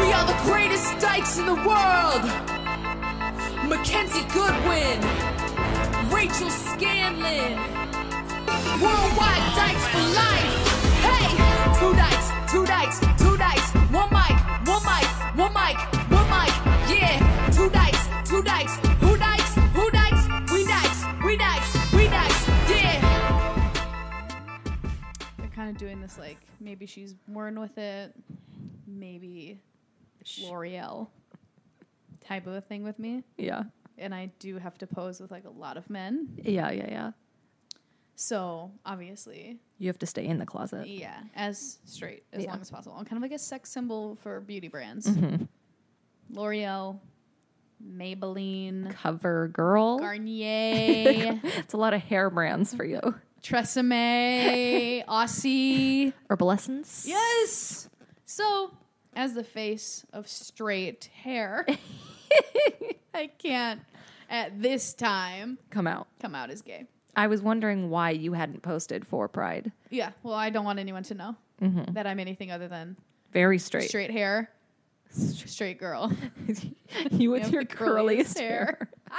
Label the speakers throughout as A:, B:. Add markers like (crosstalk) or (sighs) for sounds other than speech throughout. A: We are the greatest dykes in the world. Mackenzie Goodwin, Rachel Scanlon, Worldwide Dykes for Life. Hey, two dykes, two dykes, two dykes, one mic, one mic, one mic, one mic. Yeah, two dykes, two dykes, who dykes, who dykes, we dykes, we dykes, we dykes. Yeah.
B: They're kind of doing this like maybe she's worn with it, maybe L'Oreal type of a thing with me.
C: Yeah.
B: And I do have to pose with like a lot of men.
C: Yeah, yeah, yeah.
B: So obviously,
C: You have to stay in the closet.
B: yeah, as straight as
C: Yeah. Mm-hmm.
B: long as possible. I'm kind of like a sex symbol for beauty brands. L'Oreal, Maybelline,
C: Cover girl.
B: Garnier,
C: (laughs) It's a lot of hair brands for you.
B: Tresemme, Aussie.
C: Herbal essence.
B: Yes. So, as the face of straight
C: (laughs)
B: hair, I can't at this time
C: Come out.
B: come out as gay.
C: I was wondering why you hadn't posted for Pride.
B: Yeah. Well, I don't want anyone to know that I'm anything other than
C: Very Mm-hmm. straight.
B: straight hair, straight girl.
C: (laughs) you with
B: have
C: your
B: the curliest
C: curliest
B: hair.
C: hair.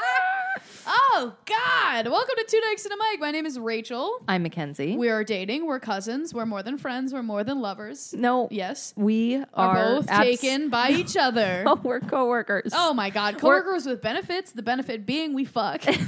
B: oh God! Welcome to Two Dykes and a Mic. My name is Rachel.
C: I'm Mackenzie.
B: We are dating. We're cousins. We're more than friends. We're more than lovers.
C: no.
B: Yes.
C: We are,
B: Are, both
C: abs-
B: taken by each other.
C: (laughs) Oh, we're coworkers.
B: Oh my God, coworkers with benefits. The benefit being we fuck.
C: (laughs)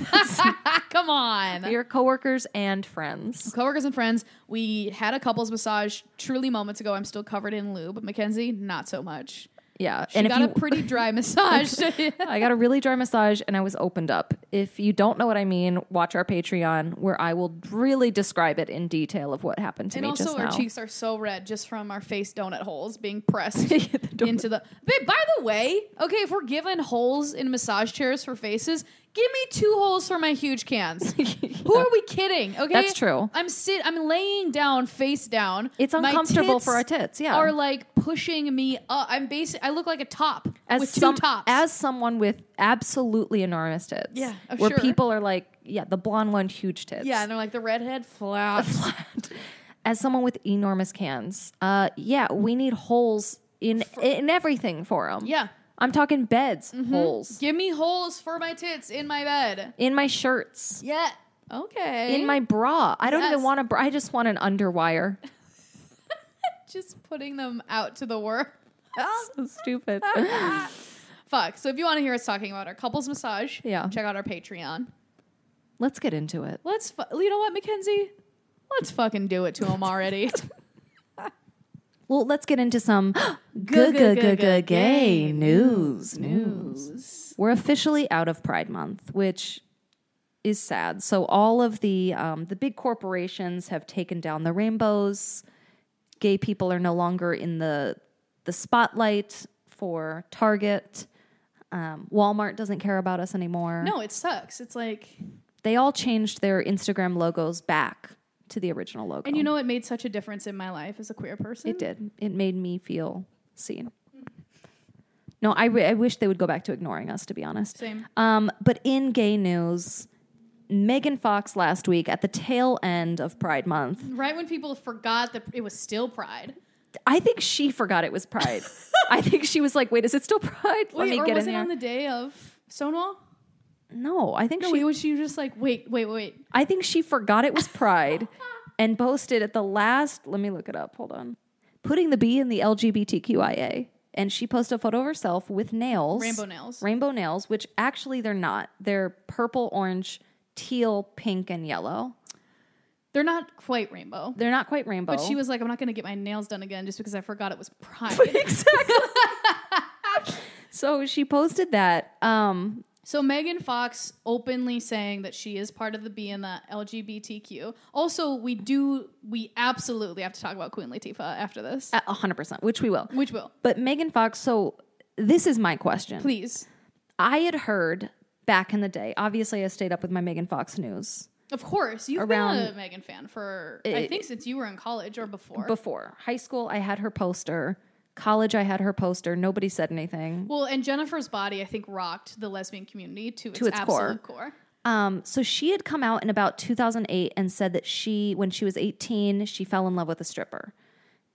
B: (laughs) Come on,
C: we are coworkers and friends.
B: coworkers and friends. We had a couples massage truly moments ago. I'm still covered in lube. Mackenzie, not so much.
C: Yeah.
B: She
C: and
B: got
C: if
B: a
C: you,
B: pretty
C: (laughs)
B: dry massage. (laughs)
C: I got a really dry massage and I was opened up. If you don't know what I mean, watch our Patreon where I will really describe it in detail of what happened to
B: and
C: me
B: also,
C: just
B: our
C: now.
B: cheeks are so red just from our face donut holes being
C: (laughs)
B: pressed into the. But by the way, okay, if we're given holes in massage chairs for faces, give me two holes for my huge
C: (laughs)
B: cans. Who are we kidding? Okay,
C: That's true.
B: I'm sit. I'm laying down, face down.
C: It's
B: My
C: uncomfortable for our tits, yeah.
B: are like pushing me up. I'm basic. I look like a top with two
C: some-
B: tops.
C: as someone with absolutely enormous tits.
B: Yeah, oh,
C: where
B: sure.
C: people are like, yeah, the blonde one, huge tits.
B: yeah, and they're like the redhead
C: (laughs)
B: flat.
C: as someone with enormous cans, uh, yeah, we need holes in in everything for them.
B: Yeah. Mm-hmm.
C: I'm talking beds holes
B: Give me holes for my tits in my bed.
C: in my shirts.
B: Yeah. Okay.
C: In my bra, I don't
B: Yes.
C: even want a bra. I just want an underwire.
B: just putting them out to the world.
C: (laughs) so
B: (laughs)
C: stupid.
B: Fuck. So if you want to hear us talking about our couples massage,
C: Yeah.
B: check out our Patreon.
C: Let's get into it.
B: Let's, fu- you know what, Mackenzie? Let's fucking do it to him
C: (laughs)
B: already.
C: Well, let's get
B: (gasps)
C: into some (gasps) good, good, good, good, gay news. News. We're officially out of Pride Month, which is sad. So all of the um, the big corporations have taken down the rainbows. Gay people are no longer in the the spotlight for Target. Um, Walmart doesn't care about us anymore.
B: no, it sucks. It's like,
C: they all changed their Instagram logos back to the original logo.
B: and you know, it made such a difference in my life as a queer person.
C: It did. It made me feel seen. No, I, w- I wish they would go back to ignoring us, to be honest.
B: Same.
C: Um, but in gay news, Megan Fox last week at the tail end of Pride Month,
B: Right when people forgot that it was still Pride.
C: I think she forgot it
B: (laughs)
C: was Pride. I think she was like, wait, is it still Pride? Let
B: Wait,
C: me
B: or
C: get
B: was
C: in
B: it
C: there.
B: on the day of Stonewall?
C: no, I think
B: No,
C: she
B: wait, was she just like, wait, wait, wait.
C: I think she forgot it was Pride and posted at the last, let me look it up, hold on. Putting the B in the LGBTQIA. And she posted a photo of herself with nails.
B: Rainbow nails.
C: Rainbow nails, which actually they're not. They're purple, orange, teal, pink, and yellow.
B: They're not quite rainbow.
C: They're not quite rainbow.
B: But she was like, I'm not going to get my nails done again just because I forgot it was
C: (laughs)
B: Pride.
C: exactly. so she posted that. Um,
B: So Megan Fox openly saying that she is part of the B and the LGBTQ. Also, we do we absolutely have to talk about Queen Latifah after this,
C: A hundred percent, which we will.
B: which will
C: But Megan Fox, so this is my question.
B: please,
C: I had heard back in the day, obviously I stayed up with my Megan Fox news
B: of course, you've been a
C: Around-
B: Megan fan for I think since you were in college or before.
C: before. High school, I had her poster. College, I had her poster. Nobody said anything.
B: well, and Jennifer's body, I think, rocked the lesbian community to, its,
C: its core.
B: absolute core.
C: Um, so she had come out in about 2008 and said that she, when she was 18, she fell in love with a stripper.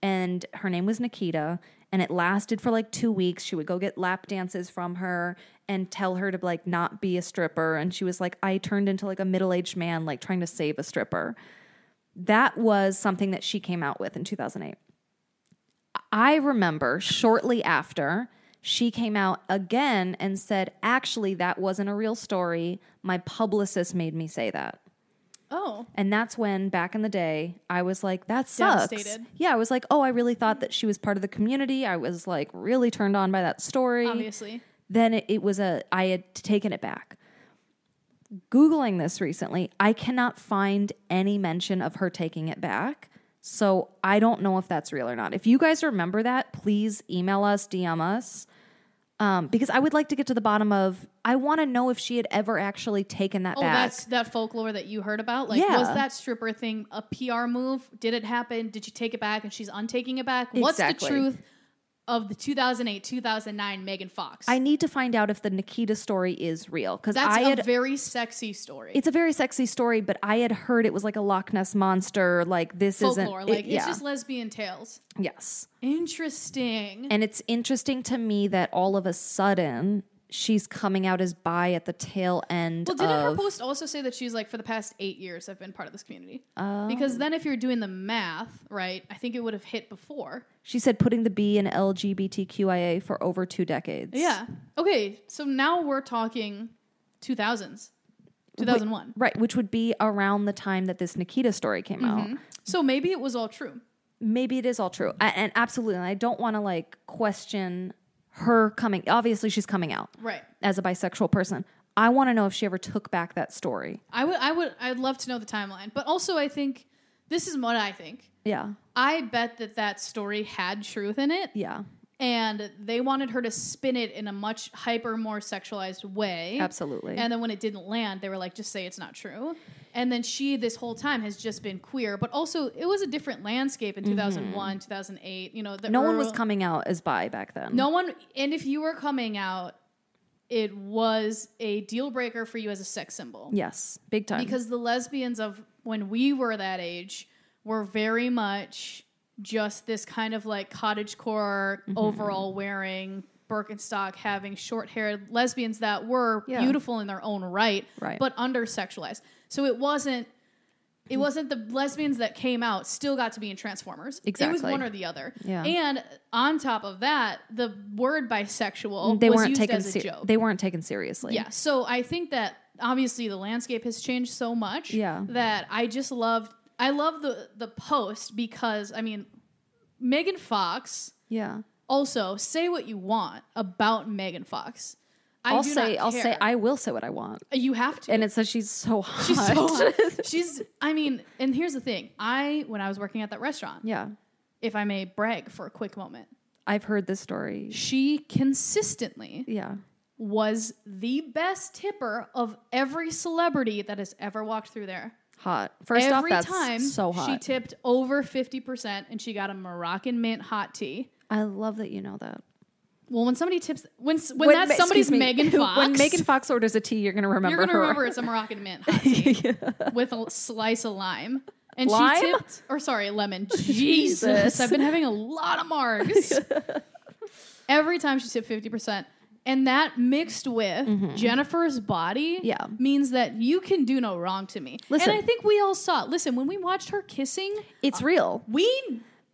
C: And her name was Nikita. And it lasted for like two weeks. She would go get lap dances from her and tell her to like not be a stripper. And she was like, I turned into like a middle aged man, like trying to save a stripper. That was something that she came out with in 2008. I remember shortly after she came out again and said, actually, that wasn't a real story. My publicist made me say that.
B: Oh,
C: And that's when, back in the day, I was like, that sucks.
B: Devastated.
C: Yeah, I was like, oh, I really thought that she was part of the community. I was like, really turned on by that story
B: obviously,
C: then it, it was a i had taken it back googling this recently i cannot find any mention of her taking it back so i don't know if that's real or not if you guys remember that please email us dm us um, because i would like to get to the bottom of i want to know if she had ever actually taken that
B: Oh,
C: back
B: that's that folklore that you heard about. Like, was
C: Yeah.
B: that stripper thing a PR move? Did it happen? Did you take it back? And she's untaking it back. What's the
C: Exactly.
B: truth of the 2008 2009 Megan Fox?
C: i need to find out if the nikita story is real because
B: that's
C: i
B: a
C: had
B: very sexy story.
C: it's a very sexy story but i had heard it was like a loch ness monster like this
B: folklore.
C: isn't
B: like,
C: it- yeah
B: it's just lesbian tales.
C: yes
B: Interesting.
C: And it's interesting to me that all of a sudden she's coming out as bi at the tail end
B: well, didn't her
C: of
B: post also say that she's like, for the past eight years, I've been part of this community?
C: Oh.
B: because then, if you're doing the math, right, I think it would have hit before.
C: she said putting the B in LGBTQIA for over two decades.
B: Yeah. Okay. So now we're talking 2000s, 2001.
C: Right, which would be around the time that this Nikita story came
B: Mm-hmm.
C: out.
B: So maybe it was all true.
C: Maybe it is all true. I, and absolutely, and I don't want to like question her coming. Obviously, she's coming out
B: Right.
C: as a bisexual person. I want to know if she ever took back that story.
B: I would I would I'd love to know the timeline. But also I think this is what I think.
C: Yeah.
B: I bet that that story had truth in it
C: Yeah.
B: and they wanted her to spin it in a much hyper more sexualized way.
C: Absolutely.
B: And then when it didn't land, they were like just say it's not true. And then she this whole time has just been queer, but also it was a different landscape in 2001, 2008, you know, the
C: Mm-hmm. no one was
B: earl-
C: coming out as bi back then.
B: No one, and if you were coming out, it was a deal breaker for you as a sex symbol.
C: Yes. Big time.
B: Because the lesbians of when we were that age were very much just this kind of like cottage core
C: Mm-hmm.
B: overall wearing Birkenstock having short haired lesbians that were
C: Yeah.
B: beautiful in their own right,
C: Right.
B: but under sexualized. So it wasn't it wasn't the lesbians that came out still got to be in Transformers. It was
C: Exactly.
B: one or the other.
C: Yeah.
B: And on top of that, the word bisexual
C: they
B: was
C: weren't
B: used
C: taken
B: as a
C: ser-
B: joke.
C: they weren't taken seriously.
B: Yeah. So I think that obviously the landscape has changed so much.
C: Yeah.
B: That I just loved. I love the the post because I mean, Megan Fox.
C: Yeah.
B: Also, say what you want about Megan Fox. I
C: I'll
B: do
C: say
B: not
C: I'll say
B: care.
C: I will say what I want.
B: You have to.
C: And it says she's so hot.
B: she's so. hot. she's. I mean, and here's the thing. I when I was working at that restaurant,
C: (laughs) yeah.
B: if I may brag for a quick moment,
C: I've heard this story.
B: she consistently
C: Yeah.
B: was the best tipper of every celebrity that has ever walked through there.
C: Hot. First off,
B: Every
C: that's
B: time
C: so
B: she
C: hot.
B: tipped over 50% and she got a Moroccan mint hot tea.
C: I love that you know that.
B: Well, when somebody tips, when, s- when, that's somebody's
C: excuse me,
B: Megan Fox,
C: (laughs) when Megan Fox orders a tea, you're gonna remember
B: you're going to
C: her.
B: remember it's a Moroccan mint hot tea
C: (laughs)
B: with a l- slice of lime. And
C: Lime?
B: she tipped, or sorry,
C: (laughs)
B: lemon. Jesus. I've been having a lot of marks. Every time she tipped 50%. And that mixed with Jennifer's body
C: Mm-hmm. Yeah.
B: means that you can do no wrong to me.
C: Listen.
B: And I think we all saw it. Listen, when we watched her kissing,
C: It's real.
B: We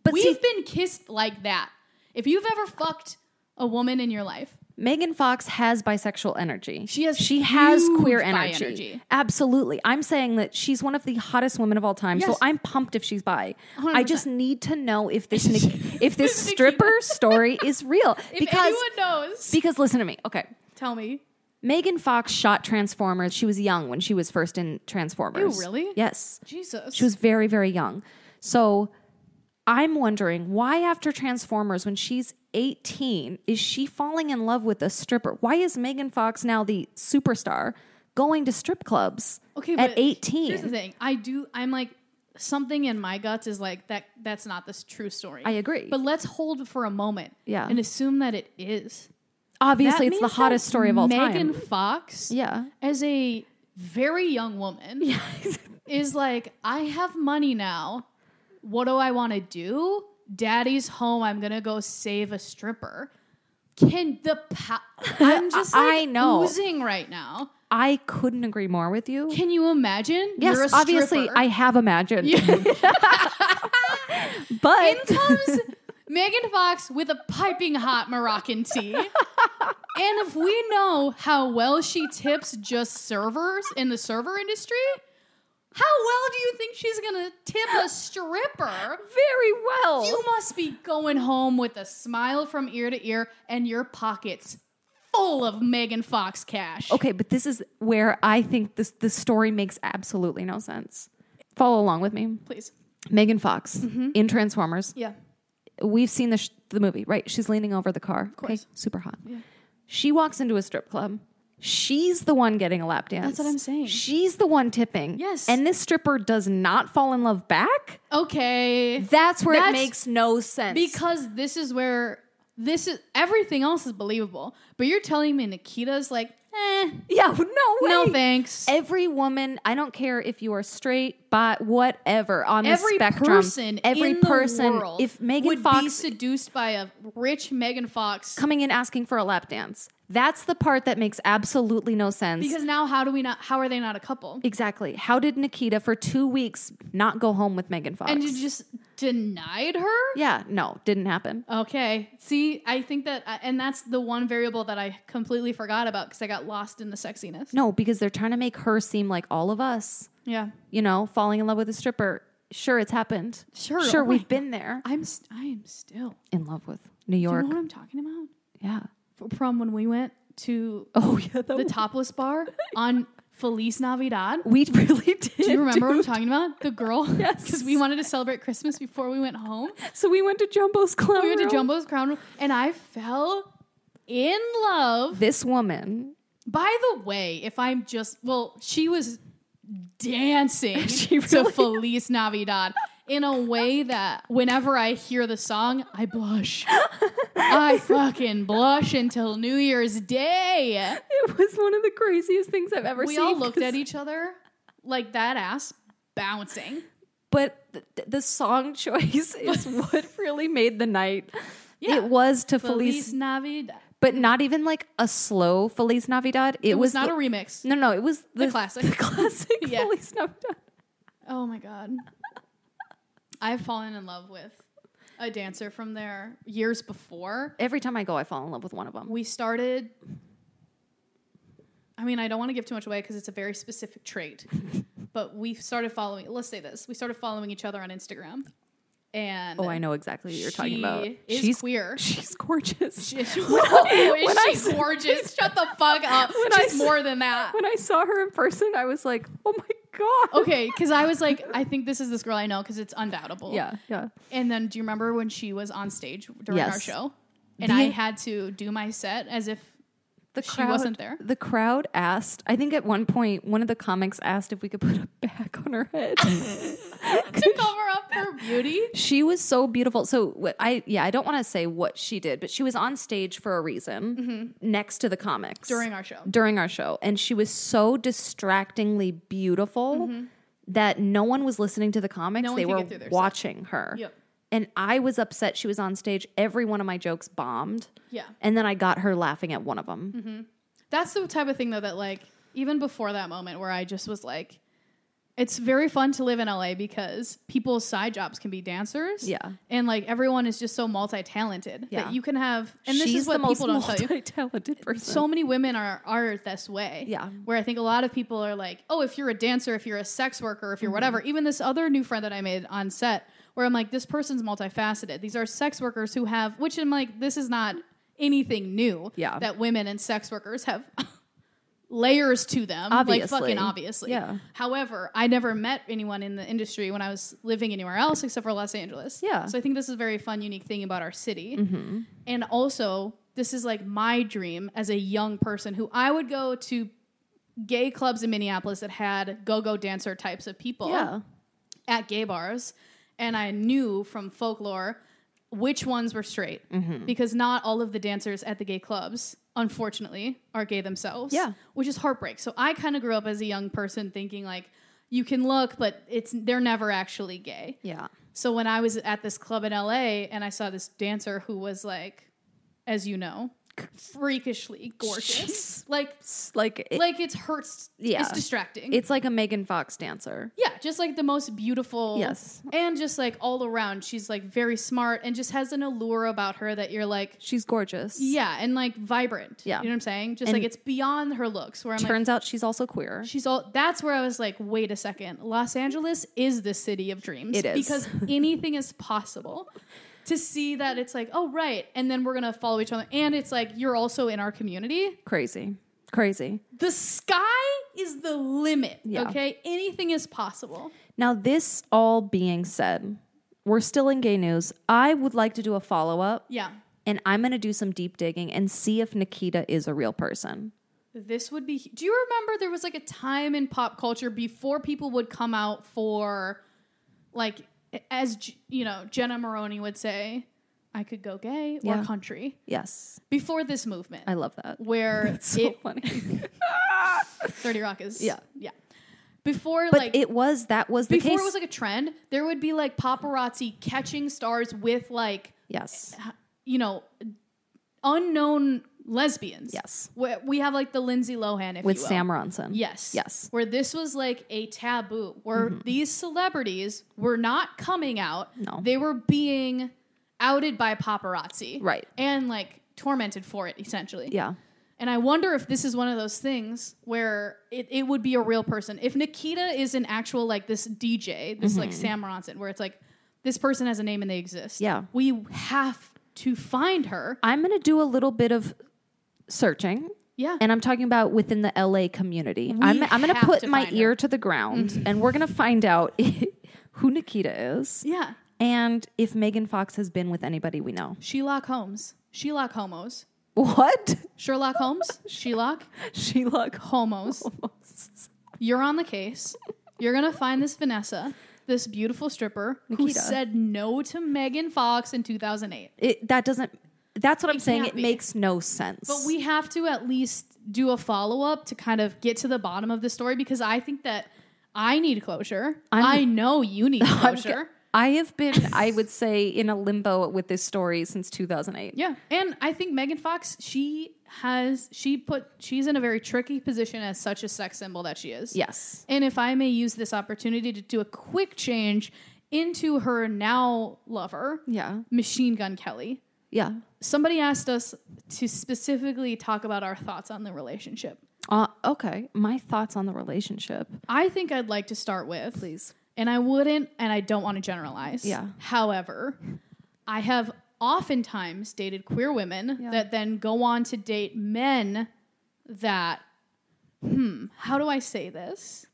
C: But
B: we've
C: see-
B: been kissed like that. If you've ever fucked a woman in your life,
C: Megan Fox has bisexual energy.
B: She has
C: she has
B: huge
C: queer
B: bi
C: energy.
B: energy.
C: Absolutely. I'm saying that she's one of the hottest women of all time. So
B: Yes.
C: I'm pumped if she's bi. I just need to know if
B: (laughs)
C: this Nik- if this
B: Nikita.
C: stripper story is real
B: if
C: because
B: anyone knows,
C: because listen to me. Okay.
B: tell me.
C: Megan Fox shot Transformers. She was young when she was first in Transformers.
B: Ew, really?
C: Yes.
B: Jesus.
C: She was very, very young. So I'm wondering why, after Transformers, when she's 18, is she falling in love with a stripper? Why is Megan Fox now the superstar going to strip clubs
B: okay
C: at
B: but
C: 18?
B: Here's the thing. I do. I'm like something in my guts is like that. That's not the s- true story.
C: I agree.
B: But let's hold for a moment.
C: Yeah.
B: And assume that it is.
C: Obviously,
B: That
C: it's the
B: means
C: hottest
B: that
C: story of all
B: Megan
C: time.
B: Fox.
C: Yeah.
B: As a very young
C: (laughs)
B: woman. is like, I have money now. What do I want to do? Daddy's home. I'm gonna go save a stripper. Can the pow-
C: (laughs)
B: I'm just like
C: I know.
B: oozing right now.
C: I couldn't agree more with you.
B: Can you imagine? You're a
C: Yes, obviously,
B: stripper.
C: I have imagined.
B: (laughs)
C: but
B: In comes Megan Fox with a piping hot Moroccan tea. and if we know how well she tips just servers in the server industry, how well do you think she's gonna tip a stripper?
C: very well.
B: You must be going home with a smile from ear to ear and your pockets full of Megan Fox cash.
C: Okay, but this is where I think this the story makes absolutely no sense. Follow along with me.
B: Please.
C: Megan Fox
B: Mm-hmm.
C: in Transformers.
B: Yeah.
C: We've seen the sh- the movie, right? She's leaning over the car.
B: course.
C: super hot. She walks into a strip club. She's the one getting a lap dance.
B: That's what I'm saying.
C: She's the one tipping.
B: Yes.
C: And this stripper does not fall in love back.
B: Okay.
C: That's where it
B: That's-
C: makes no sense.
B: Because this is where this is everything else is believable. But you're telling me Nikita's like, eh,
C: (laughs) yeah, no way.
B: no thanks.
C: Every woman, I don't care if you are straight, bi, whatever on
B: Every
C: the spectrum,
B: person,
C: every
B: in
C: person,
B: the world
C: if Megan
B: would be
C: Fox
B: seduced by a rich Megan Fox,
C: coming in asking for a lap dance, that's the part that makes absolutely no sense.
B: because now how do we not? How are they not a couple?
C: exactly, how did Nikita for two weeks not go home with Megan Fox?
B: And you just denied her?
C: yeah, no, didn't happen.
B: Okay. See, I think that, uh, and that's the one variable that I completely forgot about because I got lost in the sexiness.
C: No, because they're trying to make her seem like all of us,
B: Yeah.
C: you know, falling in love with a stripper. Sure, it's happened.
B: Sure,
C: sure,
B: oh my
C: we've been there.
B: I'm, st- I am still.
C: In love with New
B: Do you
C: York.
B: know what I'm talking about?
C: yeah.
B: from when we went to
C: Oh yeah, that (laughs)
B: the topless bar on Feliz Navidad.
C: we (laughs) really did.
B: Do you remember what I'm talking about? The girl?
C: (laughs)
B: (laughs)
C: Yes.
B: Because we wanted to celebrate Christmas before we went home.
C: So we went to Jumbo's Clown.
B: We went to
C: Room.
B: Jumbo's Crown Room and I fell in love.
C: This woman,
B: By the way, if I'm just, well, she was dancing
C: (laughs) She
B: to
C: really-
B: Feliz Navidad in a way that whenever I hear the song, I blush.
C: (laughs)
B: I fucking blush until New Year's Day.
C: it was one of the craziest things I've ever
B: we
C: seen.
B: all looked
C: 'cause-
B: at each other like that ass bouncing.
C: But th- th- the song (laughs) choice is what really made the night.
B: Yeah.
C: It was to
B: Feliz,
C: Feliz,
B: Navidad.
C: but not even like a slow Feliz Navidad. It,
B: It was not
C: the-
B: a remix.
C: No, no, it was the,
B: classic.
C: (laughs) The classic
B: Yeah.
C: Feliz Navidad.
B: Oh my god. (laughs) I've fallen in love with a dancer from there years before.
C: Every time I go, I fall in love with one of them.
B: We started I mean, I don't want to give too much away because it's a very specific
C: (laughs)
B: trait. but we started following, let's say this. We started following each other on Instagram. And
C: Oh, I know exactly what you're talking about.
B: She is
C: she's
B: queer.
C: She's gorgeous.
B: (laughs) oh, is
C: when I
B: she (laughs) gorgeous? Shut the fuck (laughs) up.
C: When I
B: She's
C: s-
B: more than that.
C: (laughs) when I saw her in person, I was like, oh my god.
B: (laughs) Okay, because I was like, I think this is this girl I know because it's undoubtable.
C: Yeah, yeah.
B: And then do you remember when she was on stage during our
C: Yes.
B: show? And
C: The-
B: I had to do my set as (laughs) if
C: the
B: She wasn't there?
C: The crowd asked. I think at one point, one of the comics asked if we could put a bag on her head.
B: (laughs)
C: (laughs)
B: to cover up her beauty.
C: she was so beautiful. So what I yeah, I don't want to say what she did, but she was on stage for a reason next to the comics
B: Mm-hmm. During our show.
C: during our show, and she was so distractingly beautiful that no one was listening to the comics.
B: Mm-hmm. one
C: they
B: could
C: were
B: get through their set.
C: watching her.
B: Yep.
C: And I was upset she was on stage. Every one of my jokes bombed.
B: Yeah.
C: And then I got her laughing at one of them.
B: Mm-hmm. That's the type of thing though that like even before that moment where I just was like it's very fun to live in LA because people's side jobs can be dancers.
C: Yeah.
B: And like everyone is just so multi-talented
C: Yeah.
B: that you can have and this
C: She's
B: is what
C: the most
B: people don't tell you.
C: multi-talented person.
B: so many women are are this way.
C: Yeah.
B: Where I think a lot of people are like, oh, if you're a dancer, if you're a sex worker,
C: Mm-hmm.
B: if you're whatever. Even this other new friend that I made on set, where I'm like, this person's multifaceted. These are sex workers who have, which I'm like, this is not anything new.
C: Yeah.
B: That women and sex workers have (laughs) layers to them. Like
C: Obviously.
B: fucking obviously.
C: Yeah.
B: However, I never met anyone in the industry when I was living anywhere else except for Los Angeles.
C: Yeah. Mm-hmm.
B: So I think this is a very fun, unique thing about our city. And also, this is like my dream as a young person who I would go to gay clubs in Minneapolis that had go-go dancer types of people
C: Yeah.
B: at gay bars, and I knew from folklore which ones were straight
C: Mm-hmm.
B: because not all of the dancers at the gay clubs, unfortunately, are gay themselves.
C: Yeah.
B: which is heartbreak. So I kind of grew up as a young person thinking like you can look, but it's they're never actually gay.
C: Yeah.
B: So when I was at this club in LA and I saw this dancer who was like, as you know, freakishly gorgeous, like
C: It's like it-
B: like it's hurts.
C: Yeah.
B: it's distracting.
C: it's like a Megan Fox dancer.
B: Yeah, just like the most beautiful.
C: Yes.
B: And just like all around, she's like very smart and just has an allure about her that you're like,
C: She's gorgeous.
B: yeah, and like vibrant.
C: Yeah.
B: You know what I'm saying? Just
C: And-
B: like it's beyond her looks where I'm like,
C: Turns out she's also queer.
B: she's all that's where I was like, wait a second. Los Angeles is the city of dreams.
C: It is. (laughs)
B: Because anything is possible. To see that it's like, oh, right. And then we're going to follow each other. And it's like, you're also in our community.
C: Crazy. Crazy.
B: The sky is the limit.
C: Yeah.
B: Okay. Anything is possible.
C: Now, this all being said, we're still in gay news. I would like to do a follow up
B: Yeah.
C: and I'm going to do some deep digging and see if Nikita is a real person.
B: This would be. Do you remember there was like a time in pop culture before people would come out for, like, as J- you know, Jenna Maroney would say, "I could go gay or
C: Yeah.
B: country."
C: Yes.
B: Before this movement,
C: I love that. (laughs)
B: where
C: So
B: it, (laughs)
C: funny.
B: Thirty Rock is
C: Yeah.
B: yeah. Before
C: But
B: like
C: it was, that was the
B: before
C: case.
B: it was like a trend, there would be like paparazzi catching stars with like
C: yes.
B: you know unknown lesbians.
C: Yes.
B: Where we have like the Lindsay Lohan if
C: With
B: you will.
C: Sam Ronson.
B: Yes.
C: Yes. Mm-hmm.
B: Where this was like a taboo, where these celebrities were not coming out.
C: No.
B: They were being outed by paparazzi.
C: Right.
B: And like tormented for it, essentially.
C: Yeah.
B: And I wonder if this is one of those things where it, it would be a real person. If Nikita is an actual, like this DJ, this like Sam Ronson, where it's like this person has a name and they exist.
C: Yeah.
B: We have to find her.
C: I'm going to do a little bit of searching.
B: Yeah.
C: And I'm talking about within the LA community. I'm, I'm going to Mm-hmm.
B: have
C: put
B: to
C: my
B: find her.
C: ear to the ground and we're going to find out (laughs) who Nikita is
B: yeah.
C: and if Megan Fox has been with anybody we know.
B: Sherlock Holmes. Sherlock Homos.
C: What?
B: Sherlock Holmes. Sherlock.
C: (laughs) Sheila
B: homos. You're on the case. You're gonna find this Vanessa, this beautiful stripper who
C: Nikita.
B: said no to Megan Fox in 2008.
C: it, that doesn't that's what i'm saying
B: can't
C: it
B: be.
C: makes no sense but (laughs)
B: We have to at least do a follow up to kind of get to the bottom of the story because I think that I need closure.
C: I'm-
B: i know you need closure.
C: i have been i would say in a limbo with this story since 2008
B: Yeah, and I think Megan Fox, she has she put she's in a very tricky position as such a sex symbol that she is.
C: yes
B: And if I may use this opportunity to do a quick change into her now lover,
C: yeah
B: Machine Gun Kelly.
C: yeah
B: Somebody asked us to specifically talk about our thoughts on the relationship.
C: uh, okay my thoughts on the relationship
B: I think I'd like to start with
C: please
B: and I wouldn't, and I don't want to generalize.
C: Yeah.
B: However, I have oftentimes dated queer women
C: Yeah.
B: that then go on to date men that, hmm, how do I say this?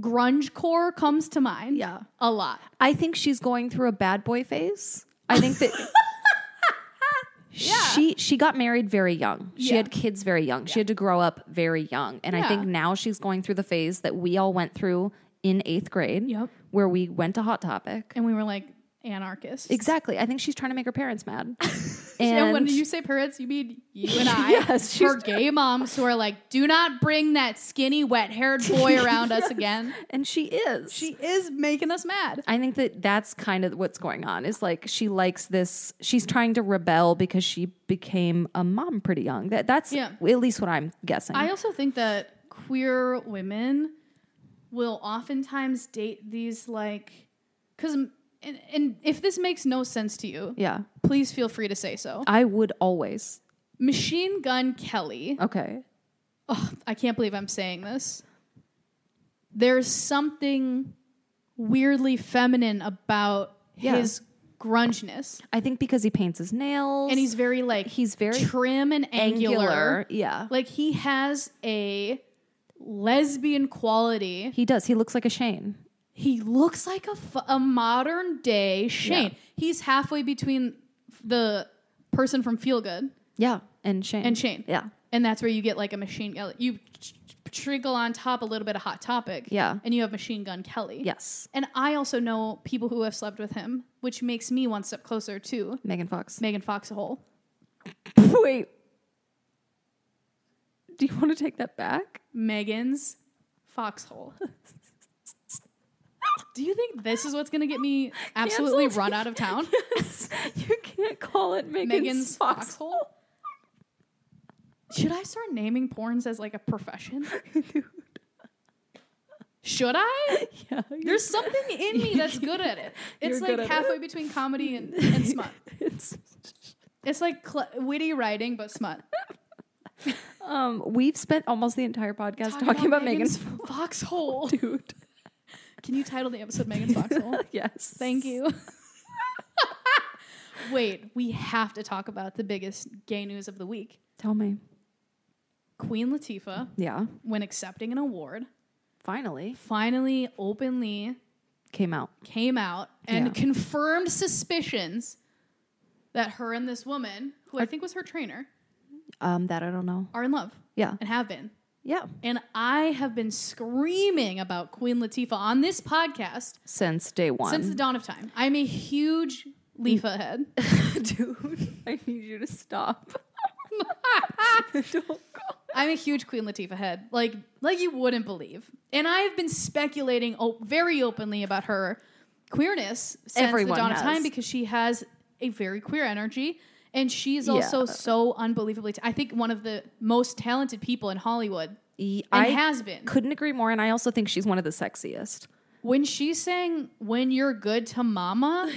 B: Grunge core comes to mind.
C: Yeah.
B: A lot.
C: i think she's going through a bad boy phase i
B: (laughs)
C: think that She she got married very young. She
B: Yeah.
C: had kids very young. She had to grow up very young. And I
B: Yeah.
C: think now she's going through the phase that we all went through in 8th grade
B: Yep.
C: where we went to Hot Topic.
B: And we were like anarchists.
C: Exactly. I think she's trying to make her parents
B: (laughs)
C: mad.
B: And, when you say parents, you mean you
C: (laughs)
B: and I,
C: Yes, she's-
B: her gay moms who are like, do not bring that skinny, wet haired
C: (laughs)
B: boy around us again.
C: and she is.
B: She is making us mad.
C: I think that that's kind of what's going on. Is like she likes this. She's trying to rebel because she became a mom pretty young. That that's
B: Yeah.
C: at least what I'm guessing.
B: I also think that queer women will oftentimes date these like because and, and if this makes no sense to you,
C: yeah,
B: please feel free to say so.
C: I would always.
B: Machine Gun Kelly.
C: Okay.
B: Ugh, I can't believe I'm saying this. There's something weirdly feminine about
C: Yeah.
B: his grungeness,
C: I think because he paints his nails
B: and he's very like
C: He's very
B: trim and angular.
C: Yeah,
B: Like he has a lesbian quality.
C: he does. He looks like a Shane.
B: He looks like a, f- a modern day Shane.
C: Yeah.
B: He's halfway between f- the person from Feel Good
C: Yeah, and Shane
B: and Shane.
C: Yeah,
B: And that's where you get like a machine gun. You tr- tr- trickle on top a little bit of Hot Topic.
C: Yeah.
B: And you have Machine Gun Kelly.
C: yes,
B: And I also know people who have slept with him, which makes me one step closer to
C: Megan Fox.
B: Megan Foxhole.
C: (laughs) Wait, do you want to take that back?
B: Megan's Foxhole. Do you think this is what's going to get me absolutely
C: Canceled?
B: run out of town?
C: (laughs) Yes, you can't call it Megan's,
B: Megan's
C: Fox.
B: Foxhole? Should I start naming porns as like a profession?
C: (laughs)
B: Should I?
C: (laughs) Yeah,
B: There's something in me that's good at it. It's
C: (laughs) You're good
B: like
C: at it.
B: halfway between comedy
C: (laughs)
B: and, and smut.
C: (laughs) it's
B: It's like cl- witty writing, but smut.
C: um. We've spent almost the entire podcast talking, about, Megan's
B: foxhole.
C: (laughs) dude.
B: Can you title the episode
C: (laughs)
B: Megan's Foxhole?
C: yes,
B: Thank you. Wait, we have to talk about the biggest gay news of the week.
C: Tell me.
B: Queen Latifah,
C: Yeah,
B: when accepting an award,
C: finally
B: finally openly
C: came out.
B: came out and
C: Yeah.
B: confirmed suspicions that her and this woman, who I think was her trainer,
C: Um, that I don't know.
B: are in love
C: Yeah,
B: and have been.
C: yeah.
B: And I have been screaming about Queen Latifah on this podcast
C: Since day one.
B: since the dawn of time. I'm a huge Latifah head.
C: Dude, I need you to stop.
B: I'm a huge Queen Latifah head, like like you wouldn't believe. And I've been speculating o- very openly about her queerness since
C: Everyone
B: the dawn
C: has.
B: of time because she has a very queer energy, and she's also
C: Yeah.
B: so unbelievably. T- I think one of the most talented people in Hollywood,
C: Y-
B: and
C: I
B: has been.
C: couldn't agree more, and I also think she's one of the sexiest.
B: When she sang "When You're Good to
C: (laughs)
B: Mama,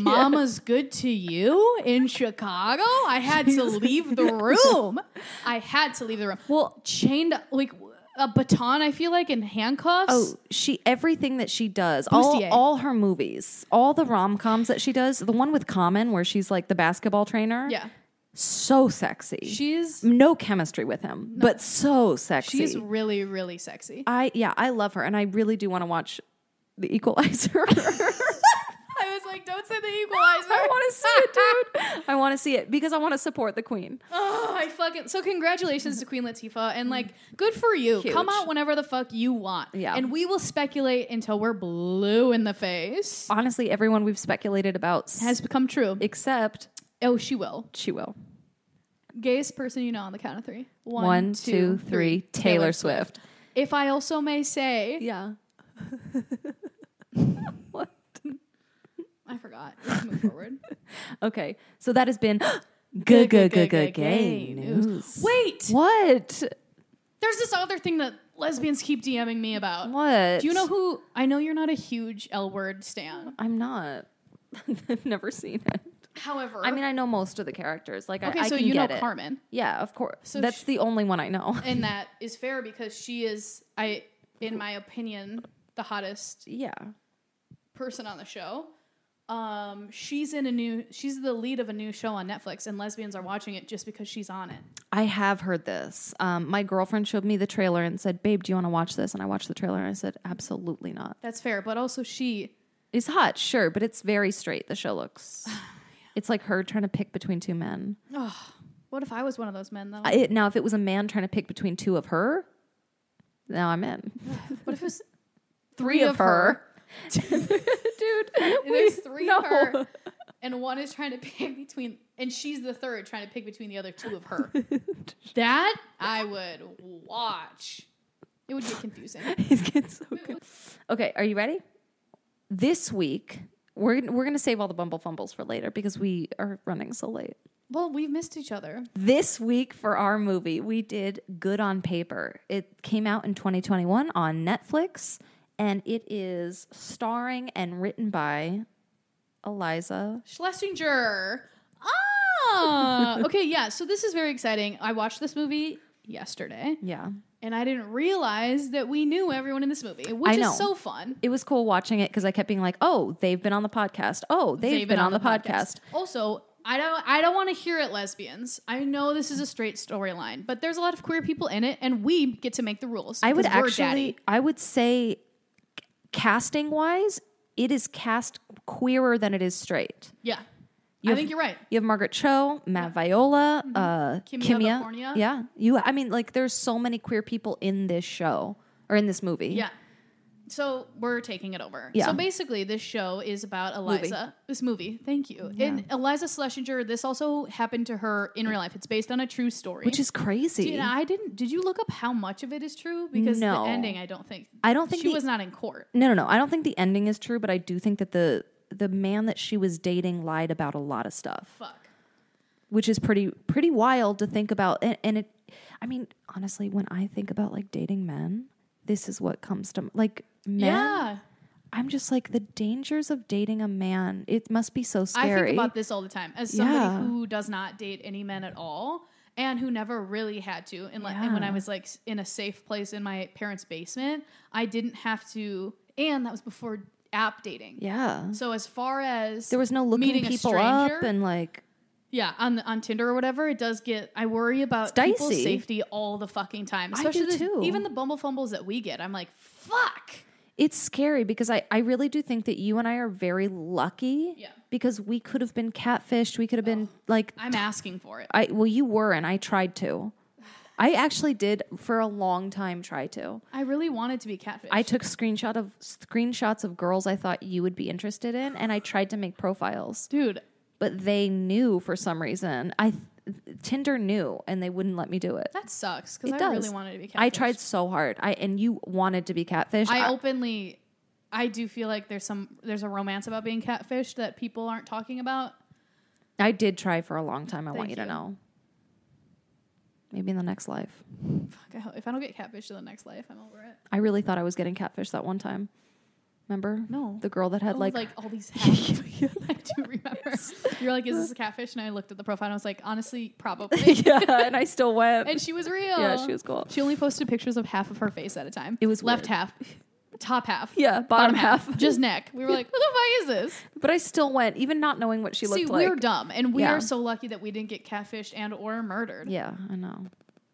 B: Mama's Good to You" in Chicago, I had
C: (laughs)
B: to leave the room. I had to leave the room.
C: Well-
B: chained up, like a baton, I feel like, in handcuffs.
C: Oh, she everything that she does, all,
B: Bustier.
C: all her movies, all the rom coms that she does, the one with Common where she's like the basketball trainer,
B: yeah,
C: so sexy.
B: she's
C: no chemistry with him, but so sexy.
B: she's really really sexy.
C: I yeah, I love her, and I really do want to watch The Equalizer. (laughs)
B: I was like, don't say the equalizer.
C: I want to see it, dude. I want to see it because I want to support the Queen.
B: Oh, I fucking so congratulations to Queen Latifah and like good for you.
C: Mm. Huge.
B: Come out whenever the fuck you want.
C: Yeah.
B: And we will speculate until we're blue in the face.
C: Honestly, everyone we've speculated about s-
B: Has become true.
C: except
B: Oh, she will.
C: she will.
B: Gayest person you know on the count of three.
C: One, two, three. Taylor, Swift.
B: If I also may say,
C: Yeah. what?
B: I forgot. Let's move
C: (laughs)
B: forward.
C: Okay, so that has been good, good, good, good, gay news.
B: Wait,
C: what?
B: there's this other thing that lesbians keep DMing me about.
C: What?
B: Do you know who? I know you're not a huge L word stan.
C: I'm not. I've never seen it.
B: However,
C: I mean, I know most of the characters. Like,
B: okay,
C: I, I
B: so
C: can
B: you know
C: get it.
B: Carmen,
C: Yeah, of course.
B: So
C: That's
B: sh-
C: the only one I know.
B: and that is fair because she is, I, in my opinion, the hottest
C: yeah.
B: person on the show. Um, she's in a new. She's the lead of a new show on Netflix, and lesbians are watching it just because she's on it.
C: I have heard this. Um, my girlfriend showed me the trailer and said, Babe, do you want to watch this? And I watched the trailer and I said, Absolutely not.
B: That's fair, but also she.
C: It's hot, sure, but it's very straight. The show
B: (sighs)
C: looks. It's like her trying to pick between two men.
B: What if I was one of those men though?
C: I- It, now, if it was a man trying to pick between two of her, now I'm
B: (laughs)
C: in.
B: what if it was
C: (laughs) Three
B: of her.
C: Dude,
B: (laughs) there's three
C: no.
B: of
C: (laughs)
B: her, and one is trying to pick between, and she's the third trying to pick between the other two of
C: (laughs)
B: her. that I would watch. It would get confusing.
C: He's getting so good. Okay, are you ready? This week, we're, we're going to save all the Bumble Fumbles for later because we are running so late.
B: Well, we've missed each other.
C: This week for our movie, we did Good on Paper. It came out in 2021 on Netflix, and it is starring and written by Eliza.
B: Schlesinger.
C: (laughs)
B: Ah, okay, yeah. So this is very exciting. I watched this movie yesterday,
C: Yeah.
B: And I didn't realize that we knew everyone in this movie, which
C: I know.
B: is so fun.
C: It was cool watching it because I kept being like, oh, they've been on the podcast. Oh, they've, been, on, the podcast.
B: Also, I don't I don't want to hear it lesbians. I know this is a straight storyline, but there's a lot of queer people in it and we get to make the rules.
C: I would
B: because we're
C: actually,
B: daddy.
C: I would say, casting wise, it is cast queerer than it is straight.
B: Yeah. I
C: You have-
B: think you're right. Mm-hmm.
C: You have Margaret Cho, Matt Viola, uh,
B: Kimia
C: Kimia.
B: Lafornia.
C: Yeah, you. I mean, like, there's so many queer people in this show or in this movie.
B: Yeah. So we're taking it over.
C: Yeah.
B: So basically, this show is about Eliza. This movie, thank you. And Eliza Schlesinger. This also happened to her in real life. It's based on a true story,
C: which is crazy.
B: Dude, I didn't. Did you look up how much of it is true? Because
C: No.
B: the ending, I don't think.
C: I don't think
B: she
C: the-
B: was not in court.
C: no, no, no. I don't think the ending is true, but I do think that the the man that she was dating lied about a lot of stuff,
B: Fuck.
C: which is pretty pretty wild to think about. And, and it, I mean, honestly, when I think about like dating men, this is what comes to m- like men.
B: Yeah.
C: I'm just like the dangers of dating a man. It must be so scary.
B: I think about this all the time as somebody
C: Yeah.
B: who does not date any men at all and who never really had to. And, like, and when I was like s- in a safe place in my parents' basement, I didn't have to. And that was before app dating.
C: Yeah.
B: So as far as
C: There was no looking
B: meeting a
C: people up
B: stranger-
C: and like
B: yeah on on Tinder or whatever, it does get. I worry about
C: dicey.
B: people's safety all the fucking time. Especially
C: do
B: the-
C: too.
B: Even the bumble fumbles that we get, I'm like, fuck.
C: it's scary because I, I really do think that you and I are very lucky
B: Yeah.
C: because we could have been catfished. We could have been like
B: I'm asking for it.
C: I well you were and I tried
B: (sighs)
C: to. I actually did for a long time try to.
B: I really wanted to be catfish.
C: I took screenshot of screenshots of girls I thought you would be interested in and I tried to make profiles.
B: dude.
C: But they knew for some reason. I Tinder knew and they wouldn't let me do it.
B: That sucks because
C: It
B: I
C: does.
B: really wanted to be catfish.
C: I tried so hard. I and you wanted to be catfish.
B: I openly, I do feel like there's some there's a romance about being catfished that people aren't talking about.
C: I did try for a long time. I want
B: Thank
C: you to
B: you.
C: know. Maybe in the next life.
B: Fuck, I hope, if I don't get catfished in the next life, I'm over it.
C: I really thought I was getting catfish that one time. Remember?
B: No.
C: The girl that had
B: Oh,
C: like,
B: like all
C: (laughs)
B: these hats. (laughs) I do remember. You're like, is this a catfish? And I looked at the profile and I was like, honestly, probably.
C: (laughs) Yeah, and I still went.
B: and she was real.
C: Yeah, she was cool.
B: She only posted pictures of half of her face at a time.
C: It was
B: left
C: weird.
B: half,
C: (laughs)
B: top half.
C: yeah, bottom, half.
B: just neck. We were like, what the fuck is this?
C: (laughs) But I still went, even not knowing what she
B: See,
C: looked like.
B: we're dumb, and we
C: Yeah.
B: are so lucky that we didn't get catfished and or murdered.
C: Yeah, I know.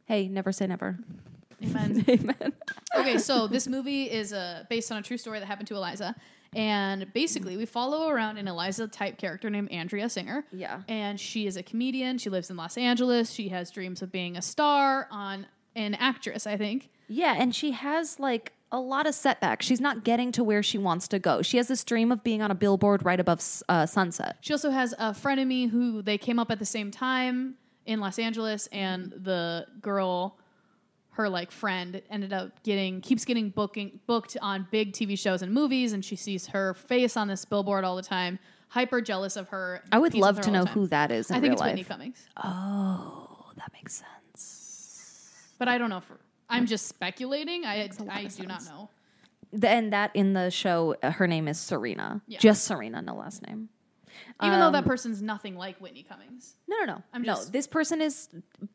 C: Hey, never say never. (laughs)
B: Amen.
C: Amen.
B: okay, so this movie is uh, based on a true story that happened to Eliza. And basically, we follow around an Eliza type character named Andrea Singer.
C: Yeah.
B: And she is a comedian. She lives in Los Angeles. She has dreams of being a star, on an actress, I think.
C: Yeah, and she has like a lot of setbacks. She's not getting to where she wants to go. She has this dream of being on a billboard right above s- uh, sunset.
B: She also has a frenemy who they came up at the same time in Los Angeles, and
C: Mm-hmm.
B: the girl, her like friend, ended up getting keeps getting booking booked on big TV shows and movies, and she sees her face on this billboard all the time. Hyper jealous of her.
C: I would
B: competes with
C: love
B: her
C: to
B: all the
C: know
B: time.
C: who that is in
B: I think
C: real
B: it's
C: life.
B: Whitney Cummings,
C: Oh, that makes sense.
B: but I don't know. For, I'm just speculating. I I do not know.
C: The- And that in the show, uh, her name is Serena.
B: Yeah.
C: Just Serena, no last name.
B: Even though
C: Um,
B: that person's nothing like Whitney Cummings.
C: No, no, no.
B: I'm
C: no,
B: just-
C: this person is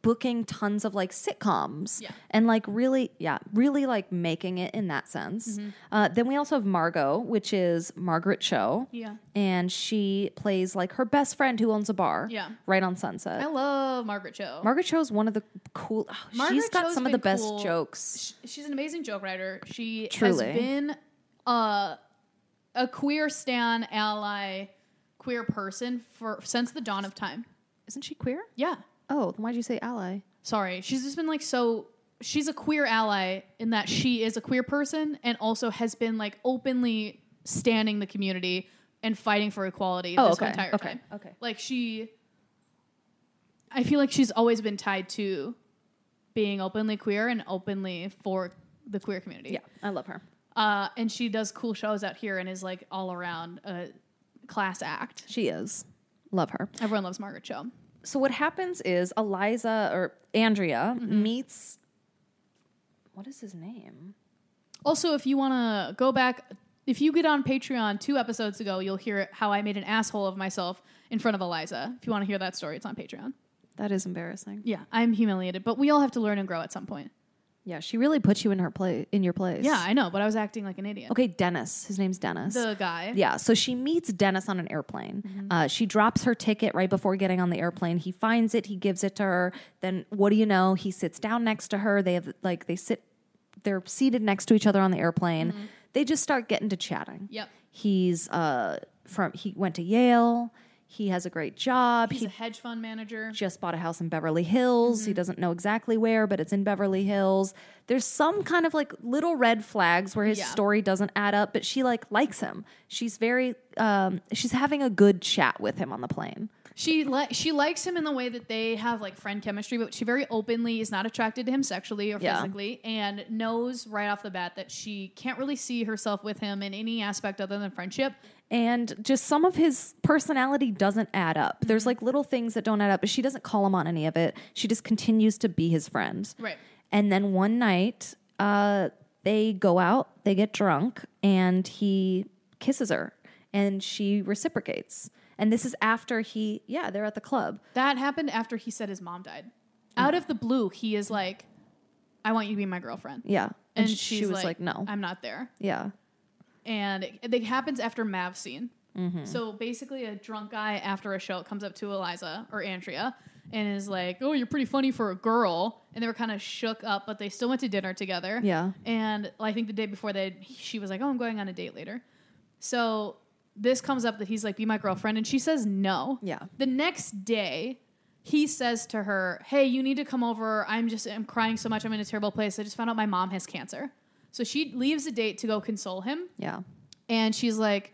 C: booking tons of like sitcoms
B: Yeah.
C: and like really, yeah, really like making it in that sense.
B: Mm-hmm.
C: Uh, then we also have Margot, which is Margaret Cho.
B: Yeah.
C: And she plays like her best friend who owns a bar.
B: Yeah.
C: Right on Sunset.
B: I love Margaret Cho.
C: Margaret Cho is one of the cool. oh, she's
B: Margaret
C: got
B: Cho's
C: some of the
B: been
C: best
B: cool.
C: jokes.
B: Sh- she's an amazing joke writer. She
C: Truly.
B: has been uh, a queer stan ally, queer person for since the dawn of time.
C: Isn't she queer?
B: Yeah.
C: Oh, then why'd you say ally?
B: Sorry. She's just been like so she's a queer ally in that she is a queer person and also has been like openly standing the community and fighting for equality
C: Oh,
B: this
C: okay,
B: entire
C: okay,
B: time.
C: okay.
B: Like she I feel like she's always been tied to being openly queer and openly for the queer community.
C: Yeah, I love her.
B: Uh, and she does cool shows out here and is like all around a class act.
C: She is. Love her.
B: Everyone loves Margaret Cho.
C: So what happens is Eliza or Andrea
B: Mm-hmm.
C: meets what is his name?
B: Also, if you want to go back, if you get on Patreon two episodes ago, you'll hear how I made an asshole of myself in front of Eliza. If you want to hear that story, it's on Patreon.
C: That is embarrassing.
B: Yeah, I'm humiliated, but we all have to learn and grow at some point.
C: Yeah, she really put you in her place in your place.
B: Yeah, I know, but I was acting like an idiot.
C: Okay, Dennis. His name's Dennis.
B: The guy. Mm-hmm.
C: Yeah, so she meets Dennis on an airplane. Uh, she drops her ticket right before getting on the airplane. He finds it, he gives it to her. Then, what do you know? He sits down next to her. They have, like, they sit, they're seated next to each other on the airplane. They just start getting to chatting.
B: Mm-hmm. Yep.
C: He's uh, from, he went to Yale. He has a great job.
B: He's
C: he
B: a hedge fund manager.
C: just bought a house in Beverly Hills. He doesn't know exactly where, but it's in Beverly Hills. There's some kind of like little red flags where his
B: Yeah.
C: story doesn't add up, but she like likes him. She's very um she's having a good chat with him on the plane.
B: She li- she likes him in the way that they have like friend chemistry, but she very openly is not attracted to him sexually or
C: Yeah.
B: physically, and knows right off the bat that she can't really see herself with him in any aspect other than friendship.
C: And just some of his personality doesn't add up. There's like little things that don't add up, but she doesn't call him on any of it. She just continues to be his friend.
B: Right.
C: And then one night, uh, they go out, they get drunk, and he kisses her, and she reciprocates. And this is after he, yeah, they're at the club.
B: That happened after he said his mom died. Out of the blue, he is like, "I want you to be my girlfriend,"
C: Yeah.
B: and,
C: sh-
B: she's
C: she was like, no.
B: I'm not there."
C: yeah.
B: and it, it happens after Mav scene.
C: Mm-hmm.
B: So basically, a drunk guy after a show comes up to Eliza or Andrea and is like, "Oh, you're pretty funny for a girl," and they were kind of shook up, but they still went to dinner together.
C: Yeah.
B: and I think the day before they, she was like, "Oh, I'm going on a date later." So this comes up that he's like, "Be my girlfriend," and she says no.
C: Yeah.
B: The next day, he says to her, "Hey, you need to come over. I'm just I'm crying so much. I'm in a terrible place. I just found out my mom has cancer." So she leaves the date to go console him,
C: Yeah.
B: and she's like,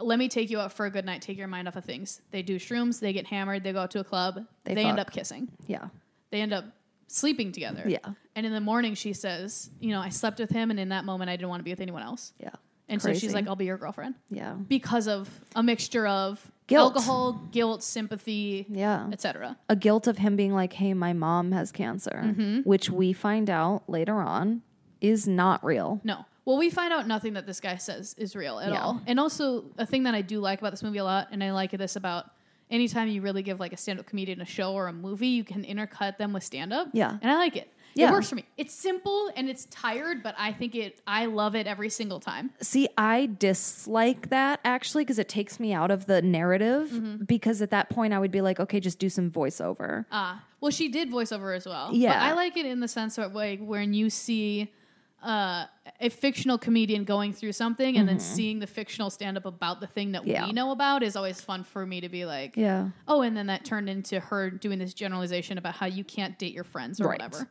B: "Let me take you out for a good night. Take your mind off of things." They do shrooms. They get hammered. They go out to a club.
C: They
B: They, end
C: fuck.
B: up kissing.
C: Yeah.
B: They end up sleeping together.
C: Yeah.
B: And in the morning, she says, "You know, I slept with him, and in that moment, I didn't want to be with anyone else."
C: Yeah.
B: And so she's
C: Crazy.
B: like, "I'll be your girlfriend."
C: yeah.
B: because of a mixture of
C: Guilt.
B: alcohol, guilt, sympathy,
C: Yeah.
B: etc.
C: a guilt of him being like, hey, my mom has cancer,
B: Mm-hmm.
C: which we find out later on is not real.
B: No. Well, we find out nothing that this guy says is real at
C: Yeah.
B: all. And also, a thing that I do like about this movie a lot, and I like this about anytime you really give like a stand up comedian a show or a movie, you can intercut them with stand up.
C: Yeah.
B: And I like it.
C: Yeah.
B: It works for me. It's simple and it's tired, but I think it, I love it every single time.
C: See, I dislike that actually because it takes me out of the narrative. Because at that point, I would be like, okay, just do some voiceover.
B: Ah, well, she did voiceover as well.
C: Yeah.
B: but I like it in the sense of like when you see uh, a fictional comedian going through something and then seeing the fictional stand up about the thing that
C: Mm-hmm. Yeah.
B: we know about is always fun for me to be like,
C: yeah.
B: oh, and then that turned into her doing this generalization about how you can't date your friends or
C: Right.
B: whatever.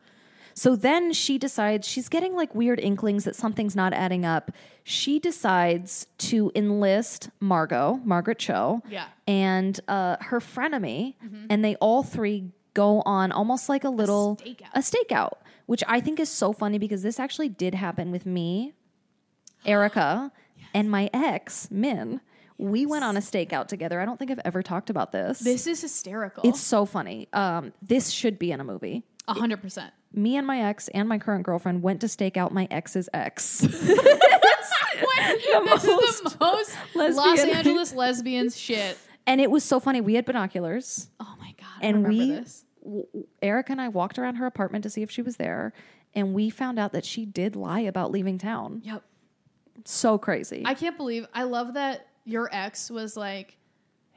C: So then she decides she's getting like weird inklings that something's not adding up. She decides to enlist Margot, Margaret Cho,
B: Yeah.
C: and uh, her frenemy, and they all three go on almost like a little
B: stakeout.
C: a stakeout, which I think is so funny because this actually did happen with me, Erica, and my ex Min. We went on a stakeout together. I don't think I've ever talked about this.
B: This is hysterical.
C: it's so funny. Um, this should be in a movie
B: a hundred percent.
C: me and my ex and my current girlfriend went to stake out my ex's ex. (laughs)
B: (laughs) This is the most Los
C: lesbian-
B: Angeles lesbians shit.
C: and it was so funny. We had binoculars,
B: Oh my god! I
C: and
B: remember
C: we,
B: this.
C: w- w- Eric and I walked around her apartment to see if she was there. And we found out that she did lie about leaving town.
B: Yep.
C: So crazy.
B: I can't believe. I love that your ex was like,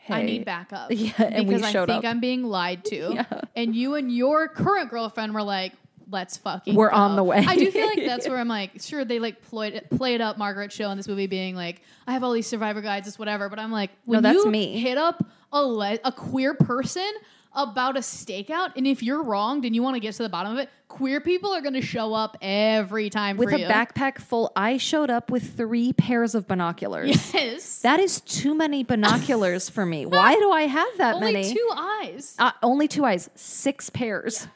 B: I
C: Hey.
B: need backup.
C: (laughs) Yeah, and we
B: because I
C: showed
B: think
C: up.
B: I'm being lied
C: (laughs)
B: to. And you and your current girlfriend were like, let's fucking
C: We're
B: go."
C: on the way.
B: I do feel
C: (laughs)
B: like that's where I'm like, sure, they like played it, played up Margaret Show in this movie being like, I have all these survivor guides, it's whatever. But I'm like, when
C: that's
B: you
C: me.
B: hit up a, le- a queer person about a stakeout, and if you're wronged and you want to get to the bottom of it, queer people are going to show up every time
C: with
B: for
C: a
B: you. (laughs)
C: backpack full, I showed up with three pairs of binoculars.
B: (laughs) Yes.
C: That is too many binoculars for me. Why do I have
B: (laughs)
C: that
B: Only
C: many?
B: two eyes.
C: Uh, only two eyes, six pairs.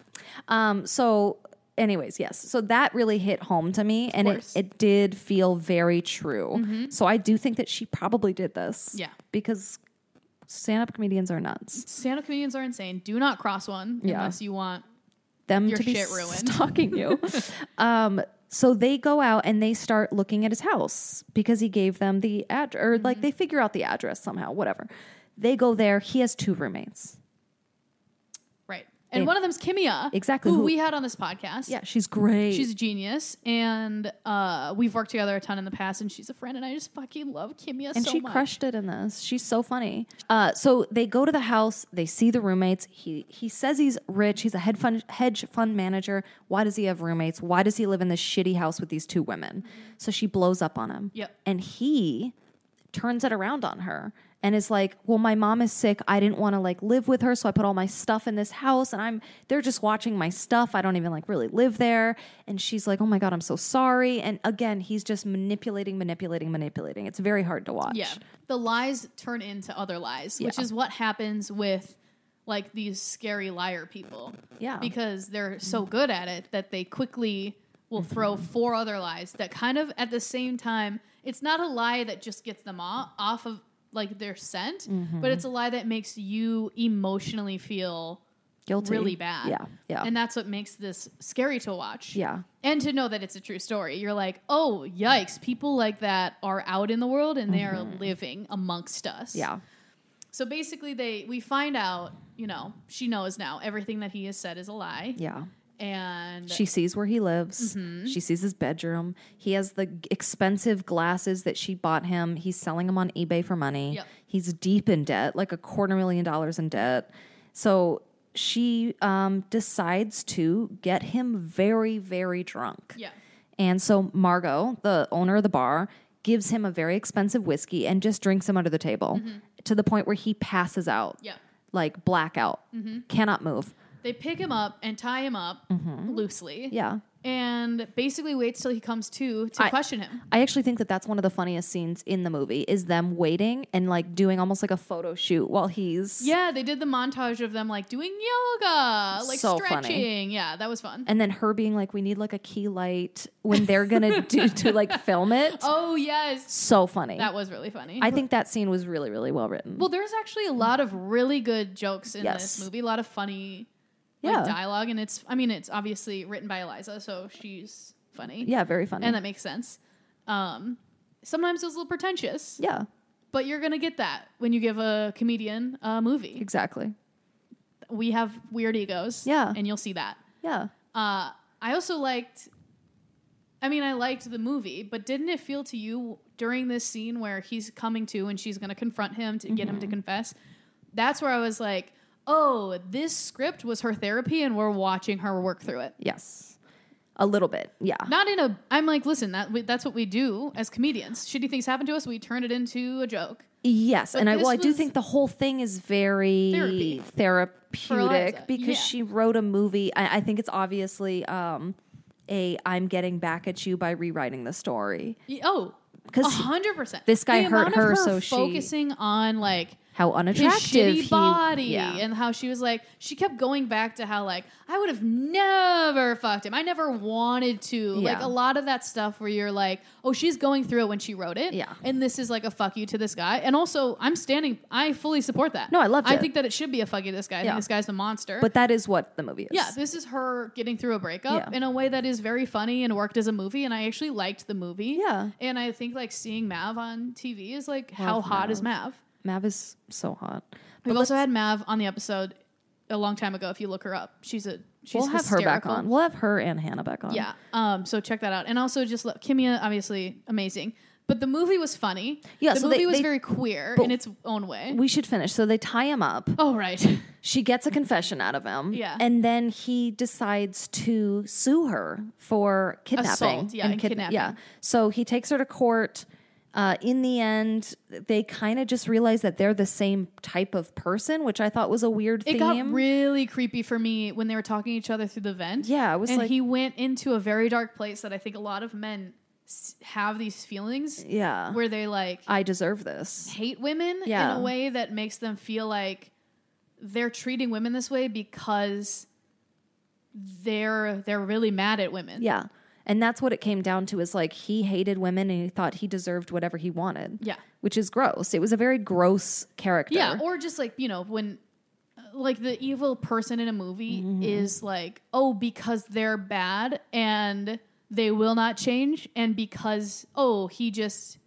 C: Um, so, anyways, yes. So that really hit home to me, and it,
B: course. Mm-hmm.
C: it did feel very true. So I do think that she probably did this.
B: Yeah.
C: Because stand-up comedians are nuts.
B: stand-up comedians are insane. Do not cross one
C: Yeah.
B: unless you want.
C: Them
B: Your
C: to be (laughs)
B: shit ruined. (laughs)
C: stalking you. um, so they go out and they start looking at his house because he gave them the address, or
B: Mm-hmm.
C: like they figure out the address somehow. Whatever. They go there. He has two roommates.
B: Right. And
C: They-
B: one of them's Kimia.
C: Exactly,
B: Who,
C: who-
B: we had on this podcast.
C: Yeah, she's great.
B: She's a genius, and uh, we've worked together a ton in the past, and she's a friend, and I just fucking love Kimia
C: and
B: so
C: she
B: much.
C: crushed it in this. She's so funny. Uh, so they go to the house. They see the roommates. He he says he's rich. He's a head fund, hedge fund manager. Why does he have roommates? Why does he live in this shitty house with these two women? So she blows up on him.
B: Yep.
C: And he turns it around on her and is like, "Well, my mom is sick. I didn't want to like live with her, so I put all my stuff in this house and I'm they're just watching my stuff. I don't even like really live there." And she's like, "Oh my god, I'm so sorry." And again, he's just manipulating, manipulating, manipulating. It's very hard to watch.
B: Yeah. The lies turn into other lies, which
C: Yeah.
B: is what happens with like these scary liar people.
C: Yeah.
B: Because they're so good at it that they quickly will throw four other lies that kind of at the same time, it's not a lie that just gets them off, off of like their scent,
C: Mm-hmm.
B: but it's a lie that makes you emotionally feel
C: Guilty.
B: really bad.
C: Yeah. Yeah.
B: And that's what makes this scary to watch.
C: Yeah.
B: And to know that it's a true story. You're like, oh, yikes. People like that are out in the world and they are living amongst us.
C: Mm-hmm. yeah.
B: So basically they we find out, you know, she knows now everything that he has said is a lie.
C: Yeah.
B: And
C: She sees where he lives. She sees his bedroom. He has the g- expensive glasses that she bought him. He's selling them on eBay for money.
B: Yep.
C: He's deep in debt, like a quarter million dollars in debt. So she um, decides to get him very, very drunk.
B: Yeah.
C: And so Margot, the owner of the bar, gives him a very expensive whiskey and just drinks him under the table to the point where he passes out.
B: Yeah.
C: Like blackout, cannot move.
B: They pick him up and tie him up loosely.
C: Mm-hmm. Yeah.
B: And basically waits till he comes to to
C: I-
B: question him.
C: I actually think that that's one of the funniest scenes in the movie is them waiting and like doing almost like a photo shoot while he's
B: Yeah, they did the montage of them like doing yoga, like
C: So funny.
B: stretching. Yeah, that was fun.
C: and then her being like we need like a key light when
B: (laughs)
C: they're gonna do to like film it.
B: oh yes,
C: So funny.
B: that was really funny.
C: I think that scene was really really well written.
B: well, there's actually a lot of really good jokes in
C: Yes.
B: this movie. A lot of funny like,
C: yeah,
B: dialogue, and it's I mean it's obviously written by Eliza, so she's funny.
C: yeah, very funny.
B: and that makes sense. Um, sometimes it was a little pretentious,
C: yeah,
B: but you're gonna get that when you give a comedian a movie.
C: exactly.
B: We have weird egos,
C: Yeah.
B: and you'll see that.
C: Yeah,
B: Uh, I also liked. I mean, I liked the movie, but didn't it feel to you during this scene where he's coming to and she's going to confront him to get him
C: Mm-hmm.
B: to confess? That's where I was like, "Oh, this script was her therapy, and we're watching her work through it."
C: yes, a little bit. Yeah,
B: Not in a. I'm like, listen, that we, that's what we do as comedians. Shitty things happen to us, we turn it into a joke.
C: yes, and I well,
B: this
C: I do
B: was-
C: think the whole thing is very
B: Therapy. For Eliza,
C: therapeutic because
B: yeah.
C: she wrote a movie. I, I think it's obviously um, a I'm getting back at you by rewriting the story.
B: Y- Oh,
C: Because
B: a hundred percent.
C: this guy
B: The
C: hurt
B: amount of
C: her, so she-
B: focusing on like
C: how
B: his
C: unattractive
B: shitty
C: he-
B: body
C: yeah.
B: and how she was like she kept going back to how like I would have never fucked him. I never wanted to. Like
C: Yeah.
B: a lot of that stuff where you're like, oh, she's going through it when she wrote it.
C: Yeah.
B: And this is like a fuck you to this guy. And also, I'm standing. I fully support that.
C: No, I loved
B: I
C: it.
B: think that it should be a fuck you to this guy. I
C: Yeah.
B: think this guy's a monster.
C: but that is what the movie is.
B: yeah, this is her getting through a breakup
C: Yeah.
B: in a way that is very funny and worked as a movie. And I actually liked the movie.
C: Yeah.
B: And I think like seeing Mav on TV is like, how
C: Love
B: hot
C: Mav.
B: is Mav?
C: Mav is so hot.
B: We've
C: But
B: also
C: let's-
B: had Mav on the episode a long time ago. If you look her up, she's a she's
C: we'll have her back
B: hysterical.
C: on. We'll have her and Hannah back on.
B: Yeah. Um. So check that out, and also just look, Kimia, obviously amazing, but the movie was funny.
C: Yeah,
B: The
C: so
B: movie
C: they-
B: was
C: they-
B: very queer in its own way.
C: We should finish. So they tie him up.
B: oh right.
C: She gets a confession out of him.
B: Yeah.
C: And then he decides to sue her for kidnapping.
B: Assault, yeah, and
C: kid-
B: kidnapping.
C: Yeah. So he takes her to court. Uh, in the end, they kind of just realize that they're the same type of person, which I thought was a weird
B: It
C: theme.
B: got really creepy for me when they were talking to each other through the vent.
C: Yeah, it was
B: and
C: like-
B: he went into a very dark place that I think a lot of men s- have these feelings
C: yeah.
B: where they like
C: I deserve this.
B: hate women
C: Yeah.
B: in a way that makes them feel like they're treating women this way because they're they're really mad at women.
C: Yeah. And that's what it came down to is like he hated women and he thought he deserved whatever he wanted.
B: Yeah.
C: Which is gross. It was a very gross character.
B: Yeah, or just like, you know, when like the evil person in a movie
C: Mm-hmm.
B: is like, "Oh, because they're bad and they will not change and because oh, he just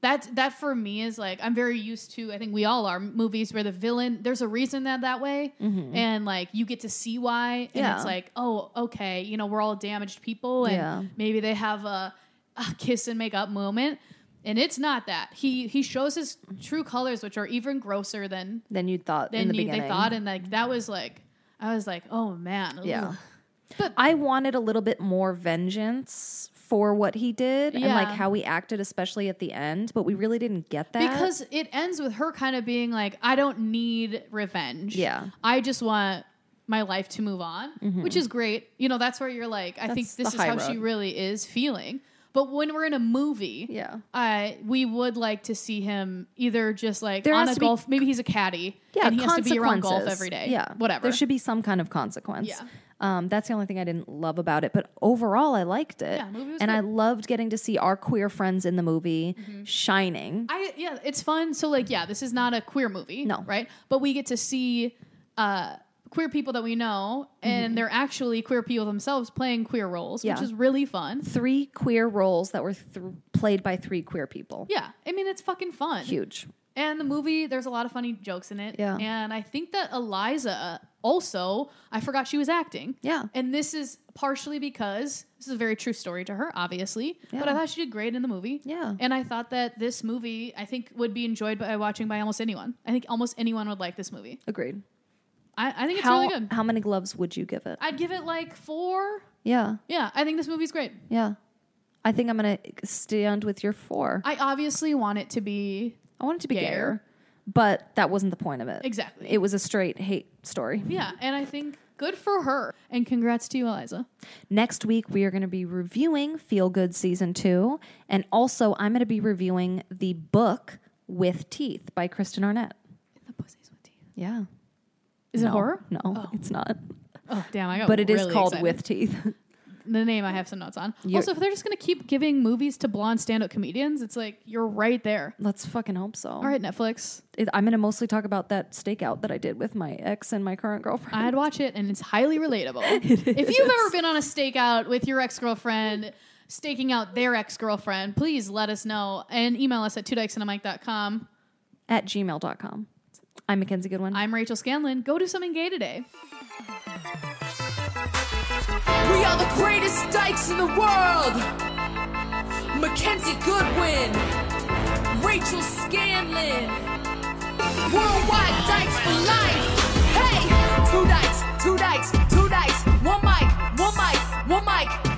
B: That that for me is like I'm very used to. I think we all are movies where the villain there's a reason that that way, and like you get to see why, and
C: Mm-hmm. Yeah.
B: it's like oh okay, you know we're all damaged people, and
C: Yeah.
B: maybe they have a, a kiss and make up moment, and it's not that he he shows his true colors, which are even grosser than
C: than you thought in
B: than
C: the
B: you,
C: beginning.
B: they thought, and like that was like I was like oh man
C: Yeah.
B: ugh. But-
C: I wanted a little bit more vengeance for what he did and like
B: Yeah.
C: how he acted, especially at the end, but we really didn't get that.
B: Because it ends with her kind of being like, I don't need revenge.
C: Yeah. Mm-hmm.
B: I just want my life to move on, which is great. You know, that's where you're like, I think
C: That's
B: this
C: the
B: is how
C: high
B: she
C: road.
B: really is feeling. But when we're in a movie,
C: Yeah.
B: uh, we would like to see him either just like
C: There
B: on a
C: has to be-
B: golf, maybe he's a caddy,
C: yeah,
B: and he has to be around golf
C: consequences.
B: every day,
C: Yeah.
B: whatever.
C: There should be some kind of consequence.
B: Yeah.
C: Um, that's the only thing I didn't love about it, but overall I liked it.
B: Yeah, movie was
C: and I
B: good. Mm-hmm.
C: loved getting to see our queer friends in the movie shining.
B: I yeah, it's fun. So like yeah, this is not a queer movie,
C: No.
B: right? But we get to see uh, queer people that we know, and they're actually queer people themselves playing queer roles,
C: Mm-hmm. Yeah.
B: which is really fun.
C: three queer roles that were th- played by three queer people.
B: Yeah, I mean it's fucking fun.
C: Huge.
B: And the movie, there's a lot of funny jokes in it.
C: Yeah.
B: And I think that Eliza uh, also, I forgot she was acting.
C: Yeah.
B: And this is partially because this is a very true story to her, obviously. But I
C: Yeah.
B: thought she did great in the movie.
C: Yeah.
B: And I thought that this movie, I think, would be enjoyed by watching by almost anyone. I think almost anyone would like this movie.
C: Agreed.
B: I, I think it's
C: how
B: really good.
C: how many gloves would you give it?
B: I'd give it like four.
C: yeah.
B: Yeah, I think this movie's great.
C: Yeah. I think I'm going to stand with your 4.
B: I
C: I,
B: obviously want it to be
C: want it to be
B: Gayer.
C: gayer, but that wasn't the point of it.
B: exactly.
C: It was a straight hate story.
B: yeah, and I think good for her. And congrats to you, Eliza.
C: Next week, we are going to be reviewing Feel Good Season 2. And also, I'm going to be reviewing the book With Teeth by Kristen Arnett.
B: The pussy's with teeth.
C: Yeah.
B: Is it
C: No.
B: horror?
C: No,
B: Oh.
C: it's not.
B: Oh damn! I got.
C: But it is
B: really
C: called
B: excited.
C: With Teeth. (laughs)
B: the name. I have some notes on.
C: You're-
B: also, if they're just gonna keep giving movies to blonde stand-up comedians, it's like you're right there.
C: Let's fucking hope so.
B: All right, Netflix.
C: It, I'm going to mostly talk about that stakeout that I did with my ex and my current girlfriend.
B: I'd watch it, and it's highly
C: (laughs)
B: relatable. if you've ever been on a stakeout with your ex-girlfriend, staking out their ex-girlfriend, please let us know and email us at twodykesandamike.com.
C: at gmail.com. I'm Mackenzie Goodwin.
B: I'm Rachel Scanlon. Go do something gay today.
A: We are the greatest dykes in the world. Mackenzie Goodwin, Rachel Scanlon, Worldwide Dykes for Life. Hey, two dykes, two dykes, two dykes, one mic, one mic, one mic,